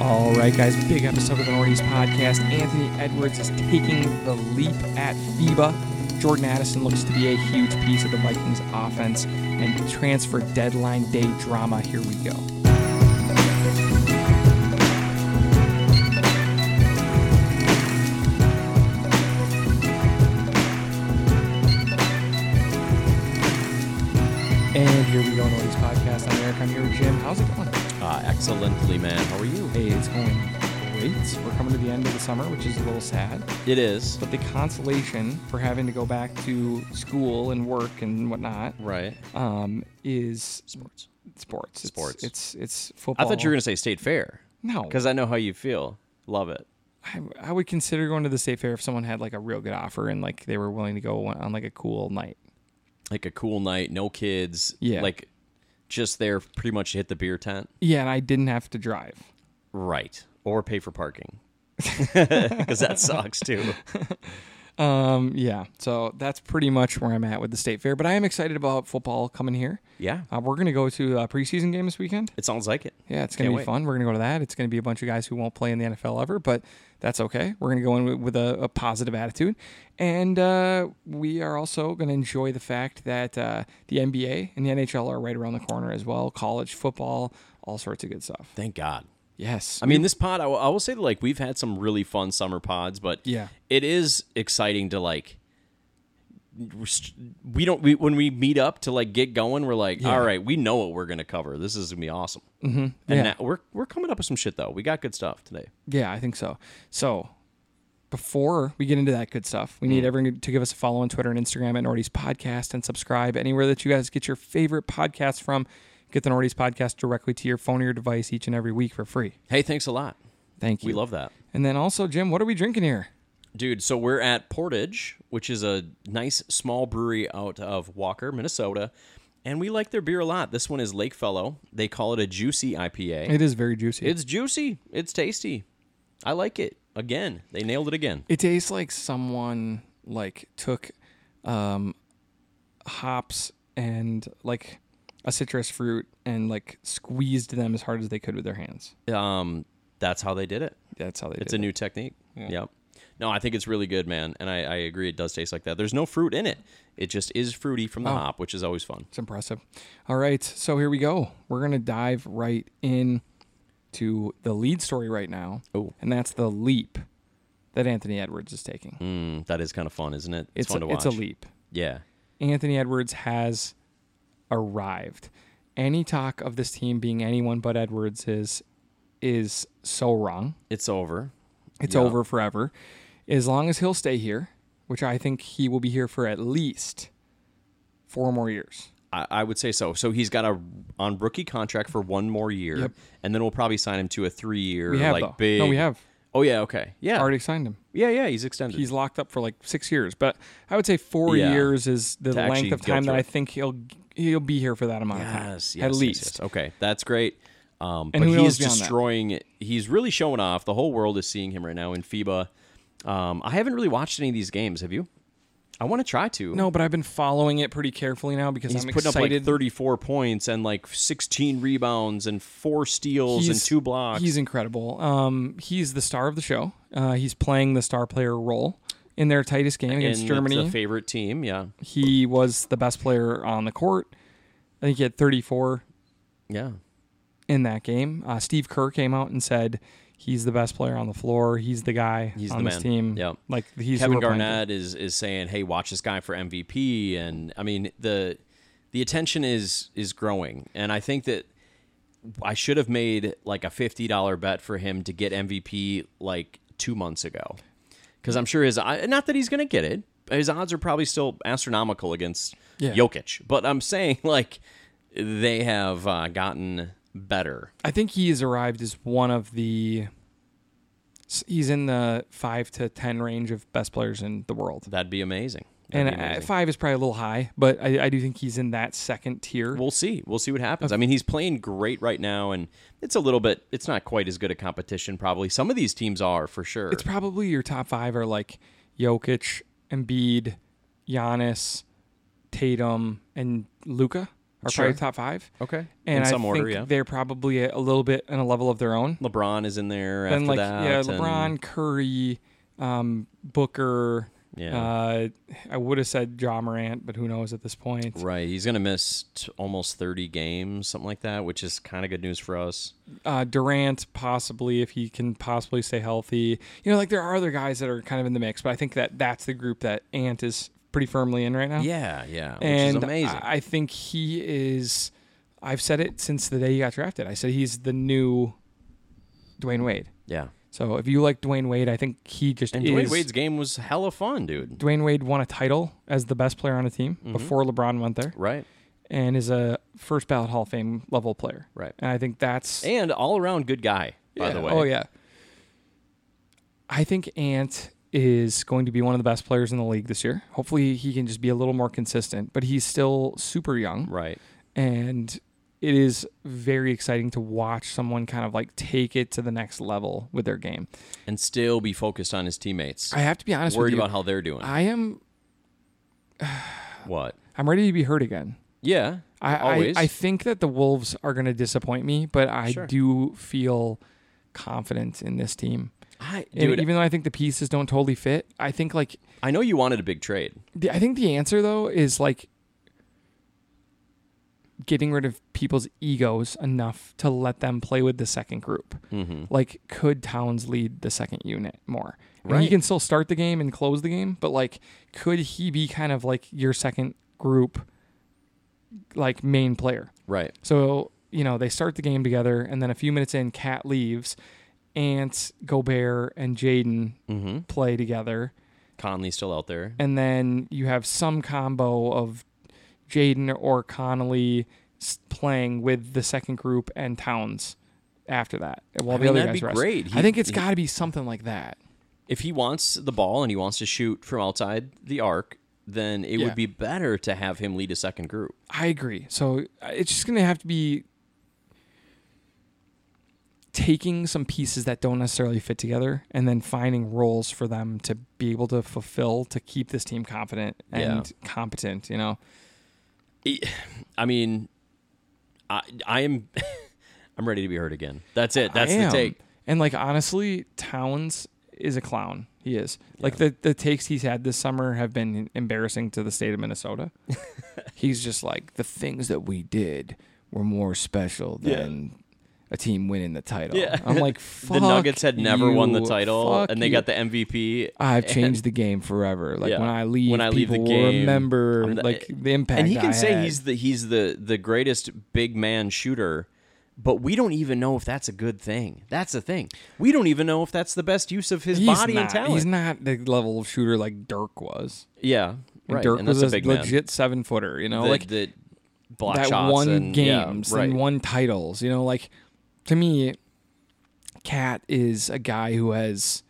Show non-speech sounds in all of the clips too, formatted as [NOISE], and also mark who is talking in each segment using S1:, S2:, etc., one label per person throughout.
S1: All right, guys, big episode of the Northeast Podcast. Anthony Edwards is taking the leap at FIBA. Jordan Addison looks to be a huge piece of the Vikings offense. And transfer deadline day drama, here we go. And here we go, Northeast Podcast. I'm Eric. I'm here with Jim. How's it going?
S2: Uh, excellently, man. How are you?
S1: Hey, it's going great. We're coming to the end of the summer, which is a little sad.
S2: It is.
S1: But the consolation for having to go back to school and work and whatnot
S2: Right.
S1: um, is
S2: Sports.
S1: sports. It's-
S2: Sports.
S1: It's, it's football.
S2: I thought you were going to say State Fair
S1: No,
S2: because I know how you feel. Love it.
S1: I, I would consider going to the state fair if someone had like a real good offer and like they were willing to go on, on like a cool night.
S2: Like a cool night, no kids.
S1: Yeah.
S2: Like just there pretty much to hit the beer tent.
S1: Yeah, and I didn't have to drive.
S2: Right. Or pay for [LAUGHS] parking. Because that sucks too.
S1: Um, yeah, so that's pretty much where I'm at with the state fair. But I am excited about football coming here.
S2: Yeah.
S1: Uh, we're gonna go to a preseason game this weekend.
S2: It sounds like it.
S1: Yeah, it's going to
S2: Can't
S1: be
S2: wait.
S1: fun. We're going to go to that. It's going to be a bunch of guys who won't play in the NFL ever, but that's okay. We're going to go in with, with a, a positive attitude. And uh, we are also going to enjoy the fact that uh, the NBA and the NHL are right around the corner as well. College football, all sorts of good stuff.
S2: Thank God.
S1: Yes.
S2: I mean, this pod, I will- I will say that like we've had some really fun summer pods, but
S1: Yeah.
S2: it is exciting to like. We don't we, when we meet up to like get going. We're like, all right, we know what we're gonna cover. This is gonna be awesome. Mm-hmm. And
S1: Yeah.
S2: now we're we're coming up with some shit though. We got good stuff today.
S1: Yeah, I think so. So before we get into that good stuff, we
S2: Mm.
S1: need everyone to give us a follow on Twitter and Instagram at Nordy's Podcast and subscribe anywhere that you guys get your favorite podcasts from. Get the Nordy's Podcast directly to your phone or your device each and every week for free.
S2: Hey, thanks a lot.
S1: Thank you.
S2: We love that,
S1: and then also, Jim, what are we drinking here?
S2: dude. So we're at Portage, which is a nice small brewery out of Walker, Minnesota, and we like their beer a lot. This one is Lakefellow. They call it a juicy IPA.
S1: It is very juicy. It,
S2: It's juicy. It's tasty. I like it. Again, they nailed it again.
S1: tastes like someone like took um, hops and like a citrus fruit and like squeezed them as hard as they could with their hands.
S2: Um, that's how they did it.
S1: That's how they
S2: It's
S1: did.
S2: a new technique. Yep. No, I think it's really good, man. And I, I agree. It does taste like that. There's no fruit in it. It just is fruity from the
S1: Oh.
S2: hop, which is always fun.
S1: It's impressive. All right, so here we go. We're gonna dive right in to the lead story right now.
S2: Oh.
S1: and that's the leap that Anthony Edwards is taking.
S2: Mm, that is kind of fun, isn't it? It's,
S1: it's
S2: fun
S1: a,
S2: to
S1: it's
S2: watch.
S1: a leap.
S2: Yeah.
S1: Anthony Edwards has arrived. Any talk of this team being anyone but Edwards is is so wrong.
S2: It's over.
S1: It's
S2: Yeah.
S1: over forever. As long as he'll stay here, which I think he will be here for at least four more years.
S2: I, I would say so. So he's got a on rookie contract for one more year,
S1: Yep.
S2: and then we'll probably sign him to a three year
S1: We have
S2: like
S1: though.
S2: big.
S1: No, we have
S2: Oh yeah. Okay. Yeah.
S1: already signed him.
S2: Yeah. Yeah. He's extended.
S1: He's locked up for like six years, but I would say four
S2: Yeah.
S1: years is the
S2: To
S1: length
S2: actually
S1: of
S2: go
S1: time that
S2: through
S1: I
S2: it.
S1: think he'll he'll be here for that amount of time,
S2: Yes, yes,
S1: at
S2: yes,
S1: least.
S2: yes. Okay, that's great. Um,
S1: And
S2: but
S1: who
S2: he
S1: knows
S2: is
S1: beyond that?
S2: destroying. He's really showing off. The whole world is seeing him right now in FIBA. Um, I haven't really watched any of these games. Have you? I want to try to.
S1: No, but I've been following it pretty carefully now because
S2: he's
S1: I'm
S2: putting
S1: excited.
S2: up like 34 points and like 16 rebounds and four steals and
S1: He's-
S2: two blocks.
S1: He's incredible. Um, he's the star of the show. Uh, he's playing the star player role in their tightest game
S2: and
S1: against
S2: it's
S1: Germany.
S2: a favorite team. Yeah,
S1: he was the best player on the court. I think he had 34
S2: yeah.
S1: in that game. Uh, Steve Kerr came out and said he's the best player on the floor. He's the guy
S2: He's
S1: on
S2: the
S1: this
S2: man.
S1: team.
S2: Yep.
S1: Like he's who
S2: Kevin
S1: we're playing
S2: Garnett is is saying, "Hey, watch this guy for MVP." And I mean the the attention is is growing, and I think that I should have made like a fifty dollar bet for him to get MVP like two months ago, because I'm sure his I- not that he's going to get it. His odds are probably still astronomical against
S1: Yeah.
S2: Jokic, but I'm saying like they have uh, gotten better.
S1: I think he has arrived as one of the. He's in the five to ten range of best players in the world.
S2: That'd be amazing. That'd
S1: And
S2: be amazing.
S1: uh, five is probably a little high, but I, I do think he's in that second tier.
S2: we'll see. We'll see what happens. I mean, he's playing great right now, and it's a little bit. It's not quite as good a competition, probably. Some of these teams are for sure.
S1: It's probably your top five are like Jokic, Embiid, Giannis, Tatum, and Luca. are
S2: Sure.
S1: probably top five.
S2: Okay.
S1: And
S2: In some
S1: I
S2: order,
S1: think
S2: yeah.
S1: they're probably a, a little bit on a level of their own.
S2: LeBron is in there
S1: Then
S2: after
S1: like
S2: that.
S1: yeah,
S2: and-
S1: LeBron, Curry, um, Booker.
S2: Yeah.
S1: Uh, I would have said Ja Morant, but who knows at this point.
S2: Right. He's going to miss t- almost 30 games, something like that, which is kind of good news for us.
S1: uh, Durant possibly if he can possibly stay healthy. You know, like there are other guys that are kind of in the mix, but I think that that's the group that Ant is pretty firmly in right now.
S2: Yeah, yeah. Which
S1: and uh,
S2: is amazing.
S1: I, I think he is. I've said it since the day he got drafted. I said he's the new Dwayne Wade.
S2: yeah.
S1: So if you like Dwayne Wade, I think he just
S2: And
S1: is.
S2: Dwayne Wade's game was hella fun, dude.
S1: Dwayne Wade won a title as the best player on a team
S2: Mm-hmm.
S1: before LeBron went there,
S2: Right.
S1: and is a first ballot Hall of Fame level player.
S2: Right.
S1: And I think that's
S2: And all around good guy, by the
S1: Yeah.
S2: way.
S1: Oh yeah. I think Ant is going to be one of the best players in the league this year. Hopefully he can just be a little more consistent, but he's still super young
S2: Right.
S1: and it is very exciting to watch someone kind of like take it to the next level with their game.
S2: And still be focused on his teammates.
S1: I have to be honest
S2: worried
S1: with you.
S2: about how they're doing.
S1: I am
S2: what?
S1: I'm ready to be hurt again.
S2: Yeah.
S1: I, I,
S2: always.
S1: I think that the Wolves are going to disappoint me, but I
S2: Sure.
S1: do feel confident in this team.
S2: I-
S1: And
S2: dude,
S1: even though I think the pieces don't totally fit, I think like
S2: I know you wanted a big trade.
S1: The, I think the answer though is like getting rid of people's egos enough to let them play with the second group.
S2: Mm-hmm.
S1: Like, could Towns lead the second unit more? And He
S2: Right.
S1: can still start the game and close the game, but like, could he be kind of like your second group, like main player?
S2: Right.
S1: So, you know, they start the game together, and then a few minutes in, Cat leaves, Ant, Gobert, and Jaden play together
S2: Mm-hmm. Conley's still out there.
S1: and then you have some combo of Jaden or Connolly s- playing with the second group and Towns after that. While
S2: I
S1: the
S2: mean,
S1: other
S2: that'd
S1: guys
S2: be
S1: rest.
S2: great.
S1: I
S2: He-
S1: think it's
S2: he-
S1: got to be something like that.
S2: if he wants the ball and he wants to shoot from outside the arc, then it
S1: Yeah.
S2: would be better to have him lead a second group.
S1: I agree. So uh, it's just going to have to be taking some pieces that don't necessarily fit together and then finding roles for them to be able to fulfill to keep this team confident and competent, you know.
S2: I mean, I I am [LAUGHS] I'm ready to be hurt again. That's it. That's
S1: I
S2: the
S1: am.
S2: take.
S1: And like honestly, Towns is a clown. He is. Like the the takes he's had this summer have been embarrassing to the state of
S2: [LAUGHS]
S1: Minnesota. he's just like the things that we did were more special
S2: Yeah.
S1: than a team winning the title.
S2: Yeah.
S1: I'm like fuck
S2: [LAUGHS] the Nuggets had never won the
S1: you.
S2: title,
S1: Fuck
S2: and they
S1: you.
S2: got the MVP. [LAUGHS]
S1: I've changed the game forever. Like
S2: Yeah.
S1: when I leave,
S2: When I leave the
S1: people will
S2: game,
S1: remember
S2: I'm the- eh,
S1: like the impact.
S2: and he can
S1: I
S2: say
S1: had.
S2: he's the he's the the greatest big man shooter, but we don't even know if that's a good thing. That's the thing. We don't even know if that's the best use of his
S1: He's
S2: body
S1: not,
S2: and talent.
S1: He's not the level of shooter like Dirk was.
S2: yeah,
S1: And
S2: right.
S1: Dirk
S2: and that's
S1: was
S2: a
S1: a,
S2: big man.
S1: legit seven footer. You know,
S2: the,
S1: like
S2: the block
S1: that
S2: shots
S1: won
S2: and, yeah,
S1: games
S2: right.
S1: and won titles. You know, like to me, Cat is a guy who has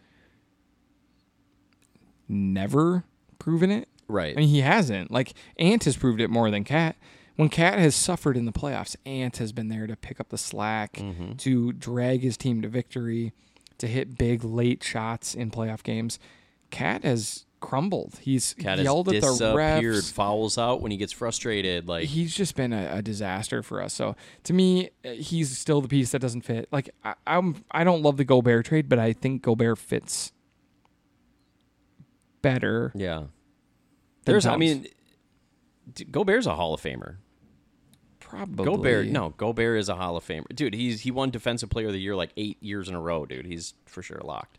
S1: never proven it.
S2: right.
S1: I mean, he hasn't. Like Ant has proved it more than Cat. When Cat has suffered in the playoffs, Ant has been there to pick up the slack,
S2: Mm-hmm.
S1: to drag his team to victory, to hit big late shots in playoff games. Cat has crumbled. He's
S2: Cat has
S1: yelled at the
S2: disappeared,
S1: refs
S2: fouls out when he gets frustrated. Like
S1: he's just been a, a disaster for us. So to me, uh, he's still the piece that doesn't fit. Like I, I'm, I don't love the Gobert trade, but I think Gobert fits better.
S2: yeah, there's. I
S1: Towns.
S2: mean, d- Gobert's a Hall of Famer.
S1: Probably
S2: Gobert, no, Gobert is a Hall of Famer, dude. He's he won Defensive Player of the Year like eight years in a row, dude. He's for sure locked.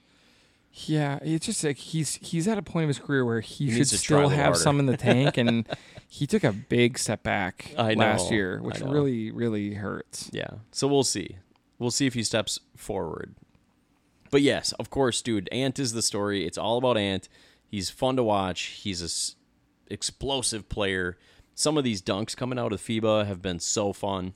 S1: Yeah, it's just like he's he's at a point of his career where he, should
S2: needs to try a
S1: still
S2: little
S1: have
S2: harder.
S1: some in
S2: [LAUGHS]
S1: the tank, and he took a big step back
S2: I
S1: last
S2: know,
S1: year,
S2: I
S1: which
S2: know.
S1: really really hurts.
S2: Yeah, so we'll see. We'll see if he steps forward. But yes, of course, dude. Ant is the story. It's all about Ant. He's fun to watch. He's a s- explosive player. Some of these dunks coming out of FIBA have been so fun.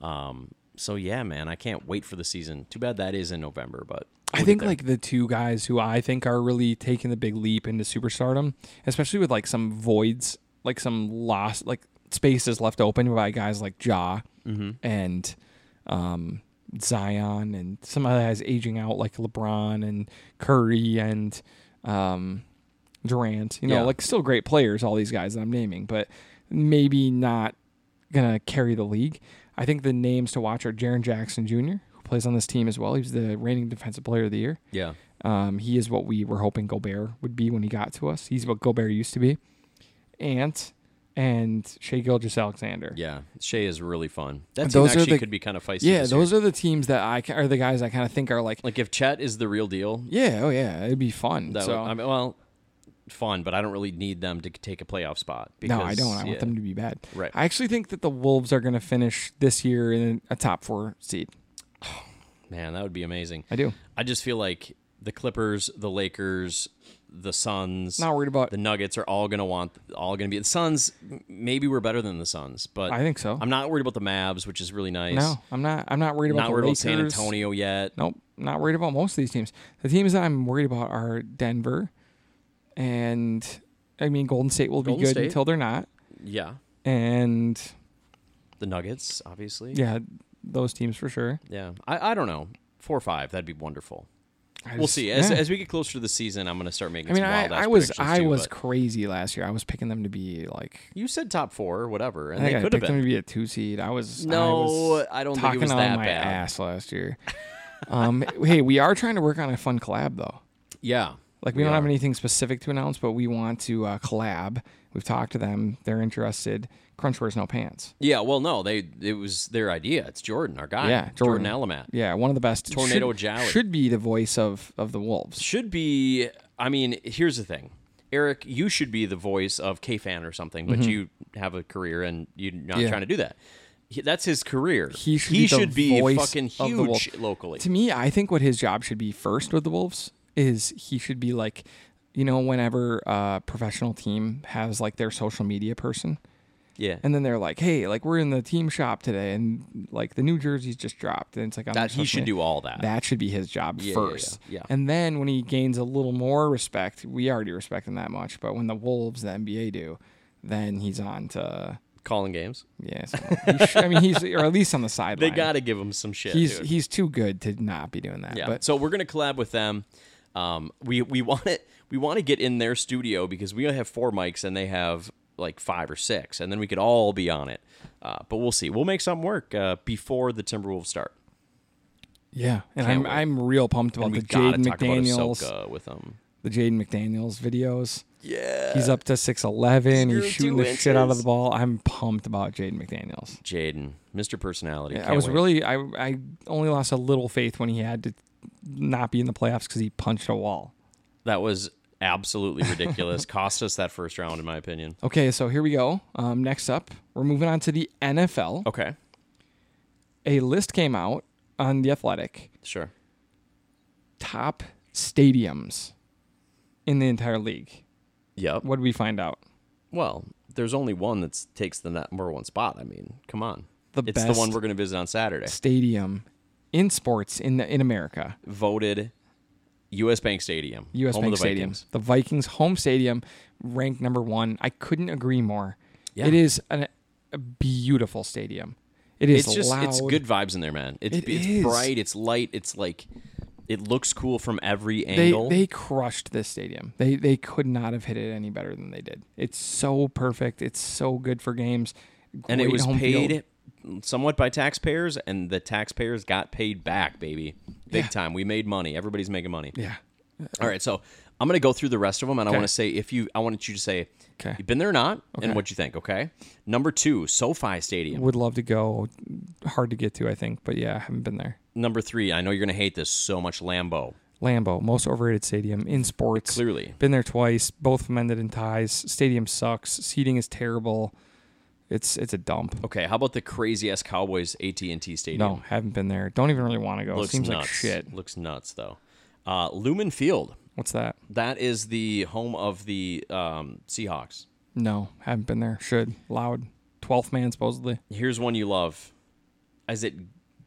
S2: Um, so yeah, man, I can't wait for the season. Too bad that is in November, but
S1: I think like the two guys who I think are really taking the big leap into superstardom, especially with like some voids, like some lost like spaces left open by guys like Ja and um, Zion and some other guys aging out like LeBron and Curry and um, Durant. You know,
S2: Yeah.
S1: like still great players, all these guys that I'm naming, but maybe not gonna carry the league. I think the names to watch are Jaron Jackson Jr., who plays on this team as well. He's the reigning defensive player of the year.
S2: Yeah.
S1: Um, he is what we were hoping Gobert would be when he got to us. He's what Gobert used to be. Ant and Shea Gilgis Alexander.
S2: Yeah. Shea is really fun. That team
S1: Those are
S2: actually
S1: the-
S2: could be kind of feisty.
S1: Yeah,
S2: this
S1: those
S2: year.
S1: are the teams that I ca- are the guys I kind of think are like,
S2: like if Chet is the real deal,
S1: yeah, oh yeah, it'd be fun.
S2: that
S1: so
S2: would, I mean, well, fun, but I don't really need them to take a playoff spot. Because,
S1: no, I don't. I
S2: yeah.
S1: want them to be bad.
S2: Right.
S1: I actually think that the Wolves are going to finish this year in a top four seed.
S2: Man, that would be amazing.
S1: I do.
S2: I just feel like the Clippers, the Lakers, the Suns,
S1: Not worried about.
S2: the Nuggets are all gonna want, all gonna be the Suns. m- Maybe we're better than the Suns, but
S1: I think so.
S2: I'm not worried about the Mavs, which is really nice.
S1: no, I'm not. I'm not worried about
S2: not
S1: the
S2: worried about San
S1: Lakers.
S2: Antonio yet.
S1: Nope, not worried about most of these teams. The teams that I'm worried about are Denver, and I mean Golden State will
S2: Golden
S1: be good
S2: State.
S1: until they're not,
S2: Yeah,
S1: and
S2: the Nuggets, obviously.
S1: yeah, those teams for sure.
S2: yeah. I, I don't know, four or five. That'd be wonderful.
S1: I
S2: We'll
S1: just-
S2: see. As,
S1: yeah.
S2: as we get closer to the season, I'm gonna start making.
S1: I mean,
S2: some
S1: I,
S2: wild
S1: I was I
S2: too,
S1: was
S2: but
S1: crazy last year. I was picking them to be like
S2: You said top four or whatever,
S1: I
S2: and
S1: think
S2: they
S1: I
S2: could have
S1: picked them
S2: been.
S1: to be a two seed. I was
S2: No,
S1: I, was
S2: I don't think it
S1: talking
S2: was
S1: on
S2: that
S1: my
S2: bad.
S1: ass last
S2: [LAUGHS]
S1: year. um, hey, we are trying to work on a fun collab though.
S2: Yeah,
S1: Like we, don't have
S2: are.
S1: anything specific to announce, but we want to uh, collab. We've talked to them; they're interested. Crunch wears no pants.
S2: Yeah, well, no, they it was their idea. It's Jordan, our guy.
S1: Yeah,
S2: Jordan,
S1: Jordan.
S2: Alamat
S1: Yeah, one of the best.
S2: Tornado
S1: should,
S2: Jolly.
S1: should be the voice of of the wolves.
S2: should be. I mean, here's the thing, Eric. You should be the voice of K fan or something, but you have a career and you're not
S1: Mm-hmm. Yeah.
S2: trying to do that. He- That's his career.
S1: He should be the
S2: be
S1: voice
S2: fucking
S1: of the Wolves.
S2: huge locally.
S1: To me, I think what his job should be first with the wolves is he should be like, you know, whenever a professional team has like their social media person,
S2: yeah,
S1: and then they're like, hey, like we're in the team shop today, and like the new jerseys just dropped, and it's like on their
S2: that he
S1: social
S2: should
S1: media.
S2: do all that.
S1: That should be his job
S2: yeah, yeah,
S1: first.
S2: yeah.
S1: And then when he gains a little more respect, we already respect him that much, but when the Wolves, the NBA do, then he's on to
S2: Calling games.
S1: yes. he sh- I mean, he's or at least on the
S2: [LAUGHS] They
S1: sideline.
S2: got to give him some shit.
S1: he's
S2: dude.
S1: he's too good to not be doing that.
S2: Yeah.
S1: But
S2: so we're gonna collab with them. Um, we we [LAUGHS] want it. We want to get in their studio because we only have four mics and they have like five or six, and then we could all be on it. Uh, but we'll see. We'll make something work uh, before the Timberwolves start.
S1: yeah, and I'm
S2: wait.
S1: I'm real pumped about
S2: And
S1: the
S2: we've got to
S1: Jaden
S2: talk about
S1: McDaniels,
S2: Ahsoka with them.
S1: the Jaden McDaniels videos.
S2: Yeah,
S1: He's up to six eleven. He's
S2: Uh, zero
S1: shooting
S2: two
S1: the shit out of
S2: inches.
S1: the ball. I'm pumped about Jaden McDaniels.
S2: Jaden, Mr. Personality.
S1: Yeah, I
S2: Can't
S1: was
S2: wait.
S1: really I I only lost a little faith when he had to not be in the playoffs because he punched a wall.
S2: That was absolutely
S1: [LAUGHS]
S2: ridiculous. Cost us that first round, in my opinion.
S1: Okay, so here we go. Um, next up, we're moving on to the NFL.
S2: Okay,
S1: A list came out on the Athletic
S2: sure.
S1: top stadiums in the entire league.
S2: Yep.
S1: What did we find out?
S2: Well, there's only one that takes the number one spot. I mean, come on.
S1: The
S2: it's the
S1: best-
S2: one we're going to visit on Saturday.
S1: Stadium in sports in the in America.
S2: voted U.S. Bank Stadium.
S1: U.S.
S2: home
S1: Bank
S2: of the
S1: Stadium,
S2: Vikings.
S1: the Vikings home stadium, ranked number one. I couldn't agree more.
S2: Yeah.
S1: It is an, a beautiful stadium. It is
S2: It's just
S1: loud.
S2: it's good vibes in there, man. It's
S1: It
S2: it's
S1: is.
S2: bright, it's light, it's like it looks cool from every
S1: They
S2: angle.
S1: they crushed this stadium. They they could not have hit it any better than they did. It's so perfect. It's so good for games.
S2: and it
S1: Great
S2: was
S1: home
S2: paid
S1: field.
S2: somewhat by taxpayers, and the taxpayers got paid back, baby, big
S1: Yeah.
S2: time. We made money. Everybody's making money.
S1: Yeah.
S2: All right, so I'm gonna go through the rest of them, and I
S1: Okay.
S2: want to say if you, I wanted you to say.
S1: Okay.
S2: You've been there or not, and what you think, okay? Number two, SoFi Stadium.
S1: Would love to go. Hard to get to, I think. But yeah, I haven't been there.
S2: Number three, I know you're going to hate this so much, Lambeau.
S1: Lambeau, most overrated stadium in sports.
S2: Clearly.
S1: Been there twice. Both of them ended in ties. Stadium sucks. Seating is terrible. It's it's a dump.
S2: Okay, how about the crazy ass Cowboys AT and T Stadium?
S1: No, haven't been there. Don't even really want to go.
S2: looks
S1: Seems
S2: nuts.
S1: like shit.
S2: Looks nuts though. Uh, Lumen Field.
S1: What's that?
S2: That is the home of the um, Seahawks.
S1: No, haven't been there. Should loud. Twelfth man supposedly.
S2: Here's one you love. Is it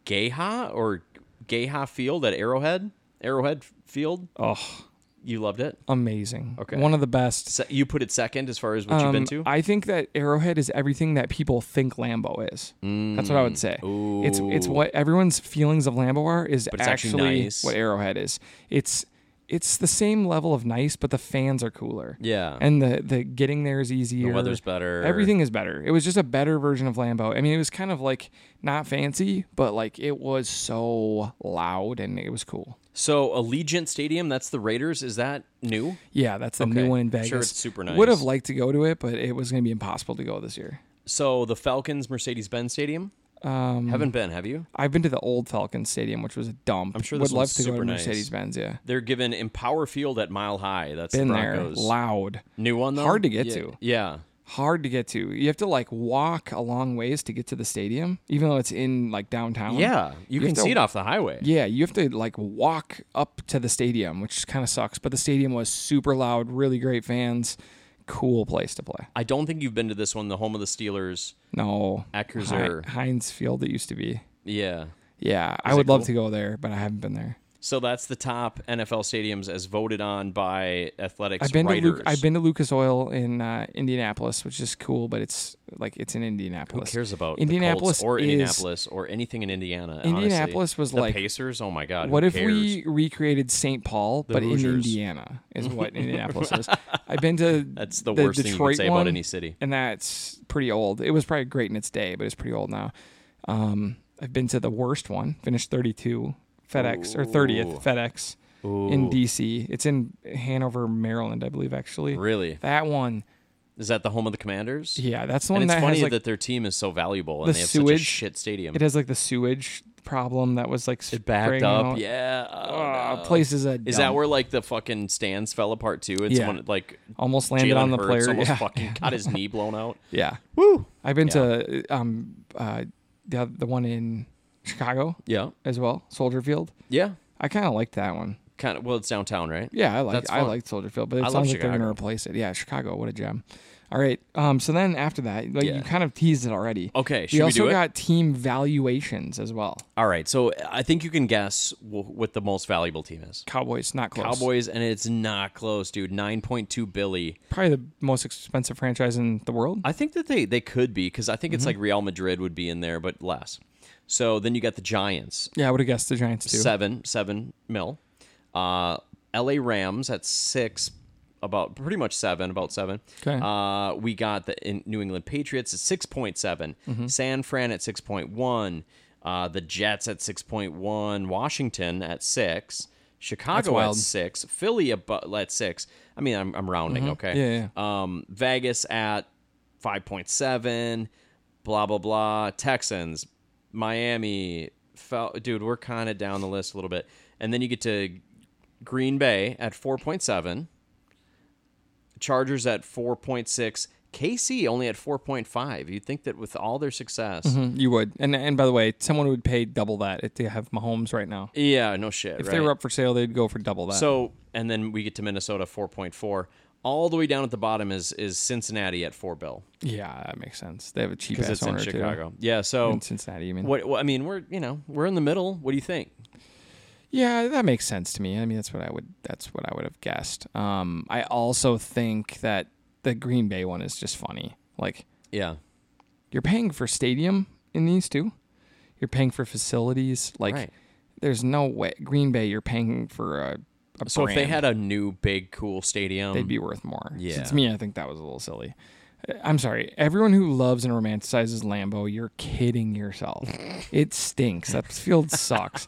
S2: Geha or Geha Field at Arrowhead? Arrowhead Field.
S1: Oh,
S2: You loved it.
S1: amazing.
S2: Okay.
S1: One of the best.
S2: Se- you put it second as far as what you've
S1: Um,
S2: been to.
S1: I think that Arrowhead is everything that people think Lambo is. That's what I would say. It's it's
S2: Ooh.
S1: what everyone's feelings of Lambo are is
S2: it's actually
S1: actually
S2: nice.
S1: what Arrowhead is. It's it's the same level of nice, but the fans are cooler.
S2: Yeah.
S1: And the the getting there is easier.
S2: The weather's better.
S1: Everything is better. It was just a better version of Lambo. I mean, it was kind of like not fancy, but like it was so loud and it was cool.
S2: So Allegiant Stadium, that's the Raiders. Is that new?
S1: Yeah, that's the
S2: Okay.
S1: new one in
S2: Sure,
S1: Vegas.
S2: it's super nice.
S1: Would have liked to go to it, but it was going to be impossible to go this year.
S2: So the Falcons, Mercedes-Benz Stadium. Um, Haven't been, have you?
S1: I've been to the old Falcon Stadium, which was a dump. I'm
S2: sure
S1: would
S2: this
S1: love
S2: one's
S1: to go
S2: super
S1: to
S2: nice.
S1: Mercedes Benz. Yeah,
S2: They're given Empower Field at Mile High. That's
S1: been
S2: the
S1: there,
S2: Broncos.
S1: loud,
S2: New one though.
S1: Hard to get
S2: yeah.
S1: to.
S2: Yeah.
S1: hard to get to. You have to like walk a long ways to get to the stadium, even though it's in like downtown.
S2: Yeah. You, can
S1: have to-
S2: see it off the highway.
S1: Yeah, you have to like walk up to the stadium, which kind of sucks. But the stadium was super loud, really great fans, cool place to play.
S2: I don't think you've been to this one, the home of the Steelers.
S1: No,
S2: Eckers
S1: Hi-
S2: are-
S1: Heinz Field it used to be.
S2: Yeah.
S1: Yeah, I would love to go there, but I haven't been there.
S2: So that's the top NFL stadiums as voted on by athletics
S1: I've been to
S2: writers.
S1: Luke, I've been to Lucas Oil in uh, Indianapolis, which is cool, but it's like it's in Indianapolis.
S2: Who cares about
S1: Indianapolis
S2: the Colts or
S1: is-
S2: Indianapolis or anything in Indiana?
S1: Indianapolis
S2: honestly.
S1: was
S2: the
S1: like-
S2: Pacers. Oh my God!
S1: What
S2: who
S1: if we
S2: cares?
S1: recreated St. Paul, but in
S2: Hoosiers.
S1: Indiana is
S2: [LAUGHS]
S1: what Indianapolis is. I've been to
S2: That's the worst thing you could say about any city.
S1: and that's pretty old. It was probably great in its day, but it's pretty old now. Um, I've been to the worst one, finished 32 FedEx or 30th FedEx in DC. It's in Hanover, Maryland, I believe. Actually,
S2: Really?
S1: that one,
S2: Is that the home of the Commanders?
S1: yeah, that's the one
S2: And it's
S1: that
S2: funny
S1: has like
S2: that their team is so valuable and
S1: the
S2: they have such a
S1: sewage-
S2: shit stadium.
S1: it has like the sewage problem that was like it
S2: backed up. Yeah. Oh,
S1: uh,
S2: no.
S1: place is a
S2: Is
S1: dump.
S2: that where like the fucking stands fell apart too? And
S1: Yeah.
S2: someone like
S1: almost landed
S2: Jalen
S1: on the
S2: Hurts
S1: player?
S2: almost
S1: Yeah. [LAUGHS]
S2: fucking got his knee blown out.
S1: Yeah. Woo. I've been to um uh the the one in Chicago
S2: Yeah.
S1: as well, Soldier Field.
S2: Yeah.
S1: I kind of liked that one.
S2: Kind of. Well, it's downtown, right?
S1: Yeah, I like
S2: That's
S1: I
S2: fun.
S1: liked Soldier Field, but it
S2: I love
S1: sounds like they're
S2: Chicago.
S1: gonna replace it. Yeah, Chicago, what a gem. All right. Um. So then after that, like
S2: Yeah.
S1: you kind of teased it already.
S2: Okay, should
S1: We
S2: we
S1: also
S2: do it?
S1: got team valuations as well.
S2: All right. So I think you can guess w- what the most valuable team is.
S1: Cowboys, not close.
S2: Cowboys, and it's not close, dude. Nine point two Billy.
S1: probably the most expensive franchise in the world.
S2: I think that they they could be because I think
S1: Mm-hmm.
S2: it's like Real Madrid would be in there, but less. So then you got the Giants,
S1: yeah, I would have guessed the Giants too.
S2: seven seven mil. Uh, L.A. Rams at six, about pretty much seven, about seven.
S1: Okay.
S2: Uh, we got the in New England Patriots at six
S1: Mm-hmm.
S2: San Fran at six point one. Uh, the Jets at six point one. Washington at six. Chicago at
S1: wild.
S2: six. Philly abo- at six. I mean, I'm, I'm rounding,
S1: Mm-hmm.
S2: okay?
S1: Yeah,
S2: Um, Vegas at 5.7, blah, blah, blah. Texans, Miami. Fel- Dude, we're kind of down the list a little bit. And then you get to Green Bay at 4.7, Chargers at 4.6, KC only at 4.5. You'd think that with all their success.
S1: Mm, You would. And and by the way, someone would pay double that if they have Mahomes right now.
S2: Yeah, no shit.
S1: If
S2: right?
S1: they were up for sale, they'd go for double that.
S2: So, and then we get to Minnesota 4.4. All the way down at the bottom is is Cincinnati at 4 bill.
S1: Yeah, that makes sense. They have a cheap ass
S2: because it's in
S1: owner
S2: Chicago. Oh. Yeah, so
S1: too. In Cincinnati, you mean?
S2: what? what- I mean, we're you know we're in the middle. What do you think?
S1: Yeah, that makes sense to me. I mean, that's what I would. That's what I would have guessed. Um, I also think that the Green Bay one is just funny. Like
S2: Yeah,
S1: you're paying for stadium in these two. You're paying for facilities. Like
S2: Right.
S1: there's no way Green Bay. You're paying for a. a
S2: so if they
S1: brand.
S2: had a new big cool stadium,
S1: they'd be worth more. So
S2: Um, Yeah.
S1: to me, I think that was a little silly. Uh, I'm sorry. Everyone who loves and romanticizes Lambo, you're kidding
S2: [LAUGHS]
S1: yourself. it stinks. That field sucks.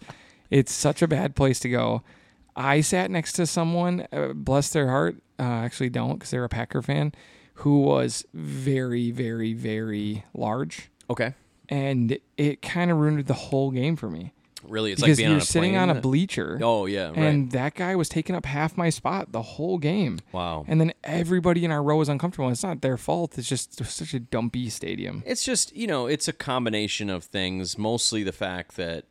S1: It's such a bad place to go. I sat next to someone, uh, bless their heart, uh, actually don't because they're a Packer fan, who was very, very, very large.
S2: okay.
S1: And it kind of ruined the whole game for me.
S2: Really, it's
S1: Because
S2: like being
S1: you're
S2: on a
S1: sitting
S2: plane.
S1: on a bleacher.
S2: Oh yeah, right.
S1: And that guy was taking up half my spot the whole game.
S2: Wow.
S1: And then everybody in our row was uncomfortable. And it's not their fault. It's just such a dumpy stadium.
S2: it's just you know it's a combination of things. Mostly the fact that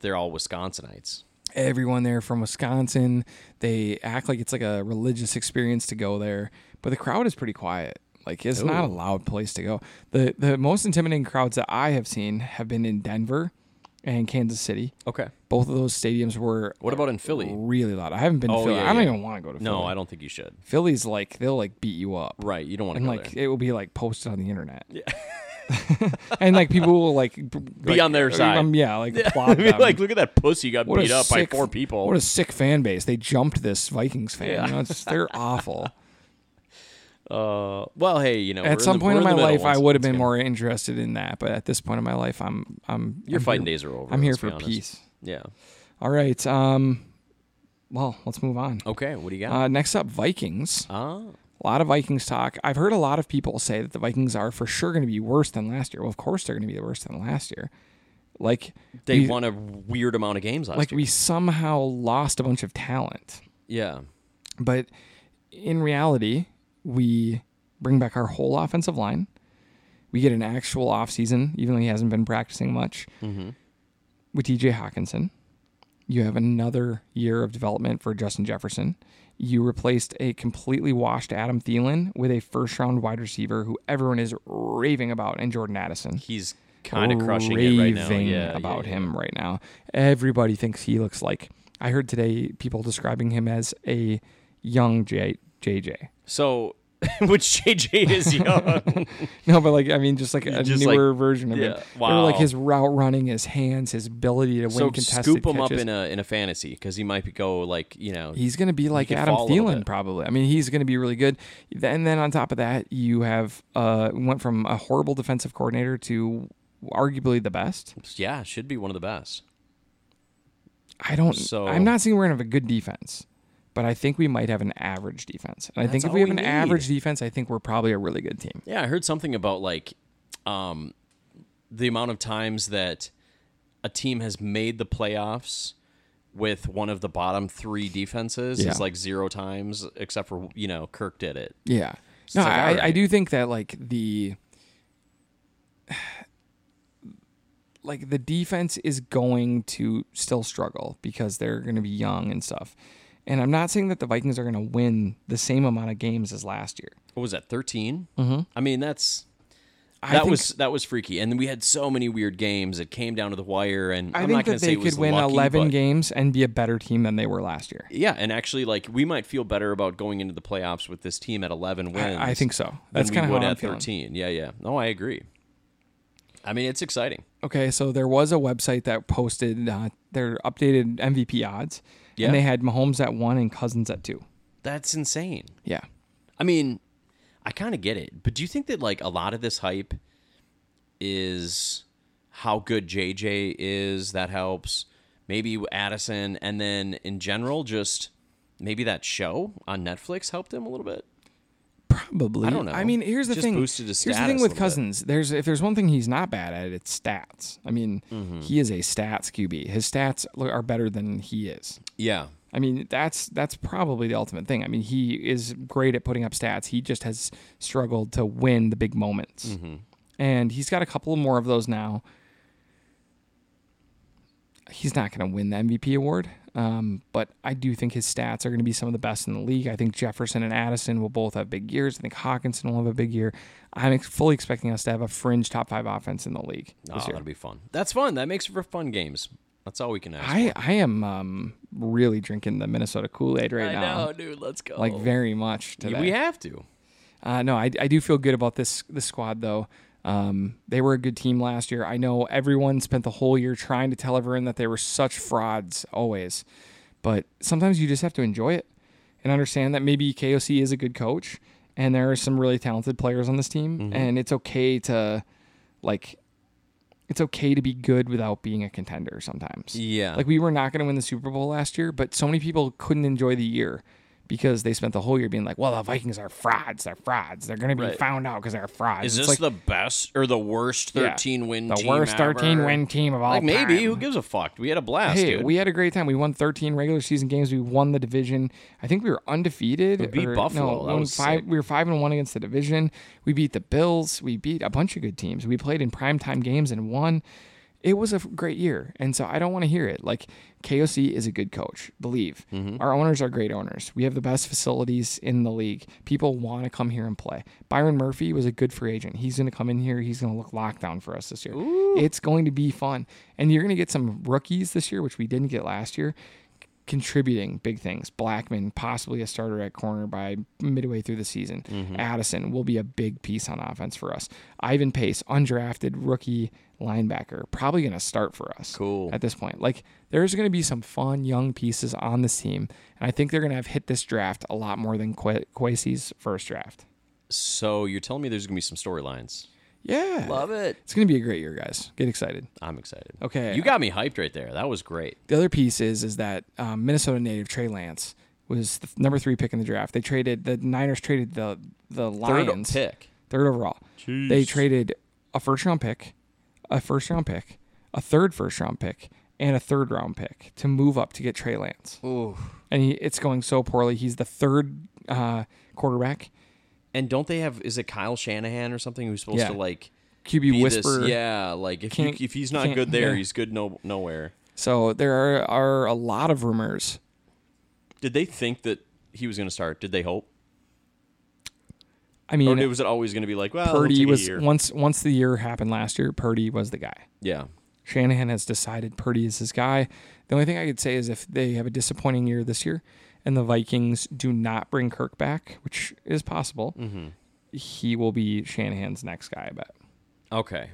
S2: they're all Wisconsinites.
S1: Everyone there from Wisconsin, they act like it's like a religious experience to go there, but the crowd is pretty quiet. Like it's not a loud place to go. The the most intimidating crowds that I have seen have been in Denver and Kansas City.
S2: Okay.
S1: Both of those stadiums were
S2: What about in Philly?
S1: really loud. I haven't been to
S2: Oh,
S1: Philly.
S2: yeah,
S1: I don't
S2: yeah.
S1: even want to go to Philly.
S2: No, I don't think you should.
S1: Philly's like they'll like beat you up.
S2: Right, you don't want to
S1: and
S2: go
S1: like
S2: there.
S1: it will be like posted on the internet. Yeah. [LAUGHS] and like people will like be
S2: on their side.
S1: yeah, like applaud
S2: [LAUGHS] I mean,
S1: them.
S2: like, look at that pussy got
S1: What a
S2: beat up
S1: sick-
S2: by four people.
S1: What a sick fan base! They jumped this Vikings fan.
S2: Yeah.
S1: You know, it's, they're
S2: [LAUGHS]
S1: awful.
S2: uh, well, hey, you know, we're
S1: at some
S2: the-
S1: point
S2: we're
S1: in my
S2: the middle
S1: life, I
S2: once-
S1: would have
S2: once
S1: been
S2: again.
S1: more interested in that. But at this point in my life, I'm I'm
S2: Your
S1: I'm
S2: fighting
S1: here-
S2: days are over.
S1: I'm here
S2: let's be
S1: for
S2: honest.
S1: peace.
S2: Yeah.
S1: All right. Um, well, let's move on.
S2: Okay. What do you got?
S1: Uh, next up, Vikings.
S2: oh,
S1: A lot of Vikings talk. I've heard a lot of people say that the Vikings are for sure going to be worse than last year. Well, of course they're going to be worse than last year. Like
S2: they
S1: we,
S2: won a weird amount of games last
S1: like
S2: year.
S1: we somehow lost a bunch of talent,
S2: yeah.
S1: but in reality, we bring back our whole offensive line. We get an actual offseason, even though he hasn't been practicing much. With DJ Hawkinson, you have another year of development for Justin Jefferson. You replaced a completely washed Adam Thielen with a first round wide receiver who everyone is raving about, and Jordan Addison.
S2: He's kind of crushing it right now.
S1: Raving
S2: Yeah.
S1: about
S2: yeah,
S1: him right now. Everybody thinks he looks like. I heard today people describing him as a young J- [LAUGHS] JJ.
S2: So, [LAUGHS] which JJ
S1: [LAUGHS]
S2: is young.
S1: No, but like I mean, just like a
S2: just, like-
S1: newer version of
S2: yeah,
S1: him. They were like
S2: wow.
S1: his route running, his hands, his ability to
S2: so
S1: win contested
S2: scoop him
S1: catches.
S2: up in a in a fantasy because he might be go like you know
S1: He's going to be like
S2: could
S1: Adam
S2: fall a little
S1: Thielen,
S2: bit.
S1: probably. I mean, he's going to be really good. And then on top of that, you have uh, went from a horrible defensive coordinator to arguably the best.
S2: yeah should be one of the best.
S1: I don't.
S2: So-
S1: I'm not saying we're gonna have a good defense, but I think we might have an average defense. And I think
S2: That's
S1: if we
S2: all
S1: have an
S2: we need.
S1: average defense, I think we're probably a really good team.
S2: Yeah, I heard something about like um, the amount of times that a team has made the playoffs with one of the bottom three defenses
S1: Yeah.
S2: is like zero times, except for you know Kirk did it.
S1: Yeah. No,
S2: like,
S1: I,
S2: all
S1: I
S2: right.
S1: do think that like the [SIGHS] like the defense is going to still struggle because they're going to be young and stuff. And I'm not saying that the Vikings are going to win the same amount of games as last year.
S2: What was that? 13 Mm-hmm. I mean, that's
S1: I
S2: that
S1: think-
S2: was that was freaky. And then we had so many weird games. It came down to the wire, and
S1: I
S2: am
S1: think
S2: not going
S1: that
S2: to
S1: they
S2: say it
S1: could
S2: was
S1: win
S2: lucky,
S1: 11
S2: but-
S1: games and be a better team than they were last year.
S2: Yeah, and actually, like we might feel better about going into the playoffs with this team at 11 wins.
S1: I think so.
S2: than
S1: That's
S2: we
S1: kinda how
S2: would
S1: I'm
S2: at
S1: feeling.
S2: 13. Yeah, yeah. No, I agree. I mean, it's exciting.
S1: Okay, so there was a website that posted uh, their updated MVP odds,
S2: Yeah.
S1: and they had Mahomes at one and Cousins at two.
S2: That's insane.
S1: Yeah,
S2: I mean, I kind of get it, but do you think that like a lot of this hype is how good JJ is? That helps. Maybe Addison, and then in general, just maybe that show on Netflix helped him a little bit.
S1: probably.
S2: I don't know.
S1: I mean, here's the
S2: Just
S1: thing.
S2: boosted his
S1: here's the
S2: status
S1: thing
S2: a
S1: with
S2: little bit.
S1: Cousins. There's if there's one thing he's not bad at, it's stats. I mean,
S2: Mm-hmm.
S1: he is a stats QB. His stats lo- are better than he is.
S2: Yeah,
S1: I mean, that's that's probably the ultimate thing. I mean, he is great at putting up stats. He just has struggled to win the big moments, and he's got a couple more of those now. He's not going to win the MVP award, um, but I do think his stats are going to be some of the best in the league. I think Jefferson and Addison will both have big years. I think Hawkinson will have a big year. I'm ex- fully expecting us to have a fringe top five offense in the league
S2: oh,
S1: this year.
S2: that'll be fun. That's fun. That makes for fun games. That's all we can ask.
S1: I, I am um, really drinking the Minnesota Kool Aid right
S2: I
S1: now.
S2: know, dude. Let's go.
S1: like very much today.
S2: Oh. we have to.
S1: uh, no, I, I do feel good about this this squad though. Um, they were a good team last year. I know everyone spent the whole year trying to tell everyone that they were such frauds always, but sometimes you just have to enjoy it and understand that maybe KOC is a good coach and there are some really talented players on this team,
S2: Mm-hmm.
S1: and it's okay to like. It's okay to be good without being a contender sometimes.
S2: Yeah.
S1: Like we were not going to win the Super Bowl last year, but so many people couldn't enjoy the year because they spent the whole year being like, "Well, the Vikings are frauds. They're frauds. They're going to be
S2: Right.
S1: found out because they're frauds."
S2: Is
S1: It's
S2: this
S1: like
S2: the best or the worst
S1: Yeah.
S2: 13 win
S1: the
S2: team
S1: worst
S2: ever?
S1: thirteen win team of all
S2: Like maybe
S1: time?
S2: who gives a fuck? We had a blast,
S1: Hey,
S2: dude.
S1: we had a great time. We won 13 regular season games. We won the division. I think we were undefeated. We
S2: beat Buffalo. That was
S1: five,
S2: sick.
S1: We were five and one against the division. We beat the Bills. We beat a bunch of good teams. We played in primetime games and won. It was a f- great year, and so I don't want to hear it. Like KOC is a good coach. Believe
S2: Mm-hmm.
S1: our owners are great owners. We have the best facilities in the league. People want to come here and play. Byron Murphy was a good free agent. He's going to come in here. He's going to look lockdown for us this year. It's going to be fun, and you're going to get some rookies this year, which we didn't get last year contributing big things. Blackman, possibly a starter at corner by midway through the season. Addison will be a big piece on offense for us. Ivan Pace, undrafted rookie linebacker, probably going to start for us.
S2: Cool.
S1: At this point, like there's going to be some fun young pieces on this team, and I think they're going to have hit this draft a lot more than Qua- Quasi's first draft.
S2: So you're telling me there's gonna be some storylines.
S1: Yeah.
S2: it.
S1: It's going to be a great year, guys. Get excited.
S2: I'm excited.
S1: Okay.
S2: You got me hyped right there. That was great.
S1: The other piece is is that um, Minnesota native Trey Lance was the number three pick in the draft. They traded the Niners traded the the
S2: Third
S1: Lions
S2: pick.
S1: third overall. They traded a first round pick, a first round pick, a third first round pick, and a third round pick to move up to get Trey Lance.
S2: Ooh.
S1: And he, it's going so poorly. He's the third uh, quarterback
S2: And don't they have? Is it Kyle Shanahan or something who's supposed
S1: Yeah.
S2: to like
S1: QB
S2: be this-
S1: whisperer.
S2: yeah, like if you,
S1: Can't-
S2: if he's not
S1: can't-
S2: good there,
S1: yeah.
S2: he's good no nowhere.
S1: So there are, are a lot of rumors.
S2: Did they think that he was going to start? Did they hope,
S1: I
S2: or
S1: mean,
S2: did- was it always going to be like, well, he'll
S1: Purdy
S2: take a
S1: was
S2: year.
S1: once once the year happened last year. Purdy was the guy.
S2: yeah,
S1: Shanahan has decided Purdy is his guy. The only thing I could say is if they have a disappointing year this year and the Vikings do not bring Kirk back, which is possible,
S2: Mm-hmm.
S1: he will be Shanahan's next guy, I bet.
S2: okay.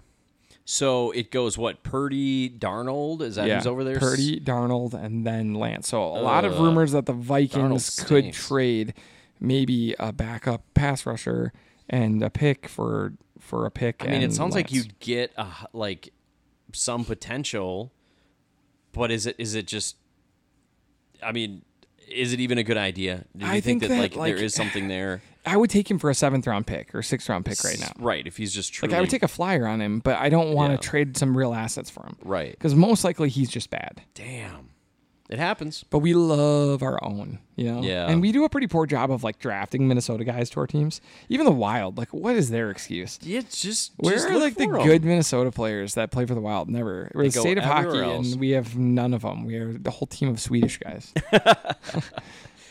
S2: So it goes what Purdy Darnold is that who's over there?
S1: Purdy, Darnold, and then Lance. So a lot of
S2: Ugh.
S1: rumors that the Vikings
S2: Darnold
S1: could
S2: stinks.
S1: trade maybe a backup pass rusher and a pick for for a pick.
S2: I mean, it
S1: and
S2: sounds like
S1: Lance.
S2: you'd get a, h- like some potential, but is it is it just? I mean, is it even a good idea? Do you
S1: I think
S2: that,
S1: that,
S2: like,
S1: like,
S2: there is [SIGHS] something there?
S1: I would take him for a seventh round pick or sixth round pick right now.
S2: right? If he's just truly
S1: Like I would take a flyer on him, but I don't want to
S2: Mm-hmm. Yeah.
S1: trade some real assets for him.
S2: Right.
S1: Because most likely he's just bad.
S2: Damn, it happens.
S1: But we love our own, you know?
S2: Yeah.
S1: And we do a pretty poor job of like drafting Minnesota guys to our teams. Even the wild, like what is their excuse?
S2: Yeah, just
S1: Where
S2: just
S1: are
S2: look
S1: like the
S2: for 'em.
S1: good Minnesota players that play for the wild? Never. We're the
S2: go
S1: state of hockey
S2: everywhere else.
S1: and we have none of them. We are the whole team of Swedish
S2: [LAUGHS]
S1: guys.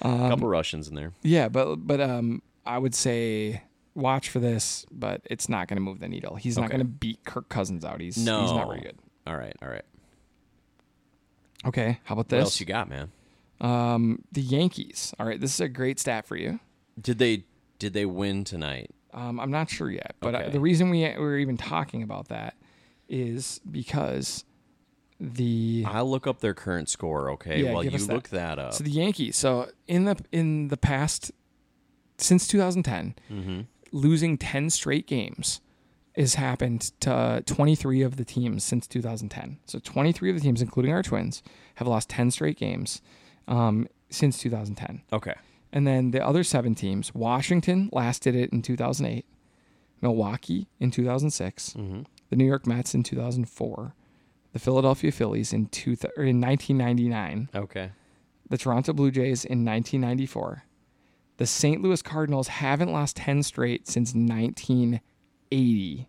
S2: couple Russians in there.
S1: yeah, but but um I would say watch for this, but it's not gonna move the needle. He's not
S2: Okay.
S1: gonna beat Kirk Cousins out. He's
S2: No,
S1: he's not very good.
S2: All right, all right.
S1: Okay, how about
S2: What
S1: this?
S2: else you got, man?
S1: Um, the Yankees. All right, this is a great stat for you.
S2: Did they did they win tonight?
S1: Um, I'm not sure yet, but uh
S2: Okay.
S1: the reason we we're even talking about that is because the
S2: I'll look up their current score, okay?
S1: Yeah,
S2: While
S1: give
S2: you
S1: us that.
S2: look that up.
S1: so the Yankees. So in the in the past, since 2010, losing 10 straight games has happened to 23 of the teams since 2010. So 23 of the teams, including our Twins, have lost 10 straight games um, since 2010.
S2: okay.
S1: And then the other seven teams, Washington last did it in 2008, Milwaukee in 2006,
S2: Mm-hmm.
S1: the New York Mets in 2004, the Philadelphia Phillies in, two th- or in 1999,
S2: Okay.
S1: the Toronto Blue Jays in 1994. The St. Louis Cardinals haven't lost 10 straight since 1980,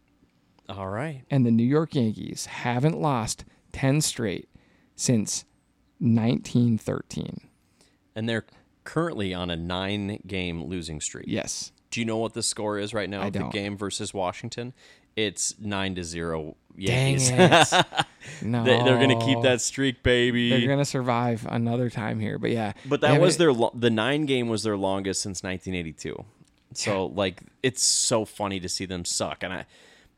S2: All right.
S1: and the New York Yankees haven't lost 10 straight since 1913.
S2: And they're currently on a nine game losing streak.
S1: Yes.
S2: Do you know what the score is right now
S1: I
S2: of the
S1: don't.
S2: game versus Washington? It's nine to zero
S1: Dang
S2: Yankees. [LAUGHS]
S1: it. no.
S2: They- They're gonna keep that streak, baby.
S1: They're gonna survive another time here, but yeah.
S2: But
S1: they
S2: that
S1: haven't-
S2: was their lo- the nine game was their longest since 1982. So like it's so funny to see them suck, and I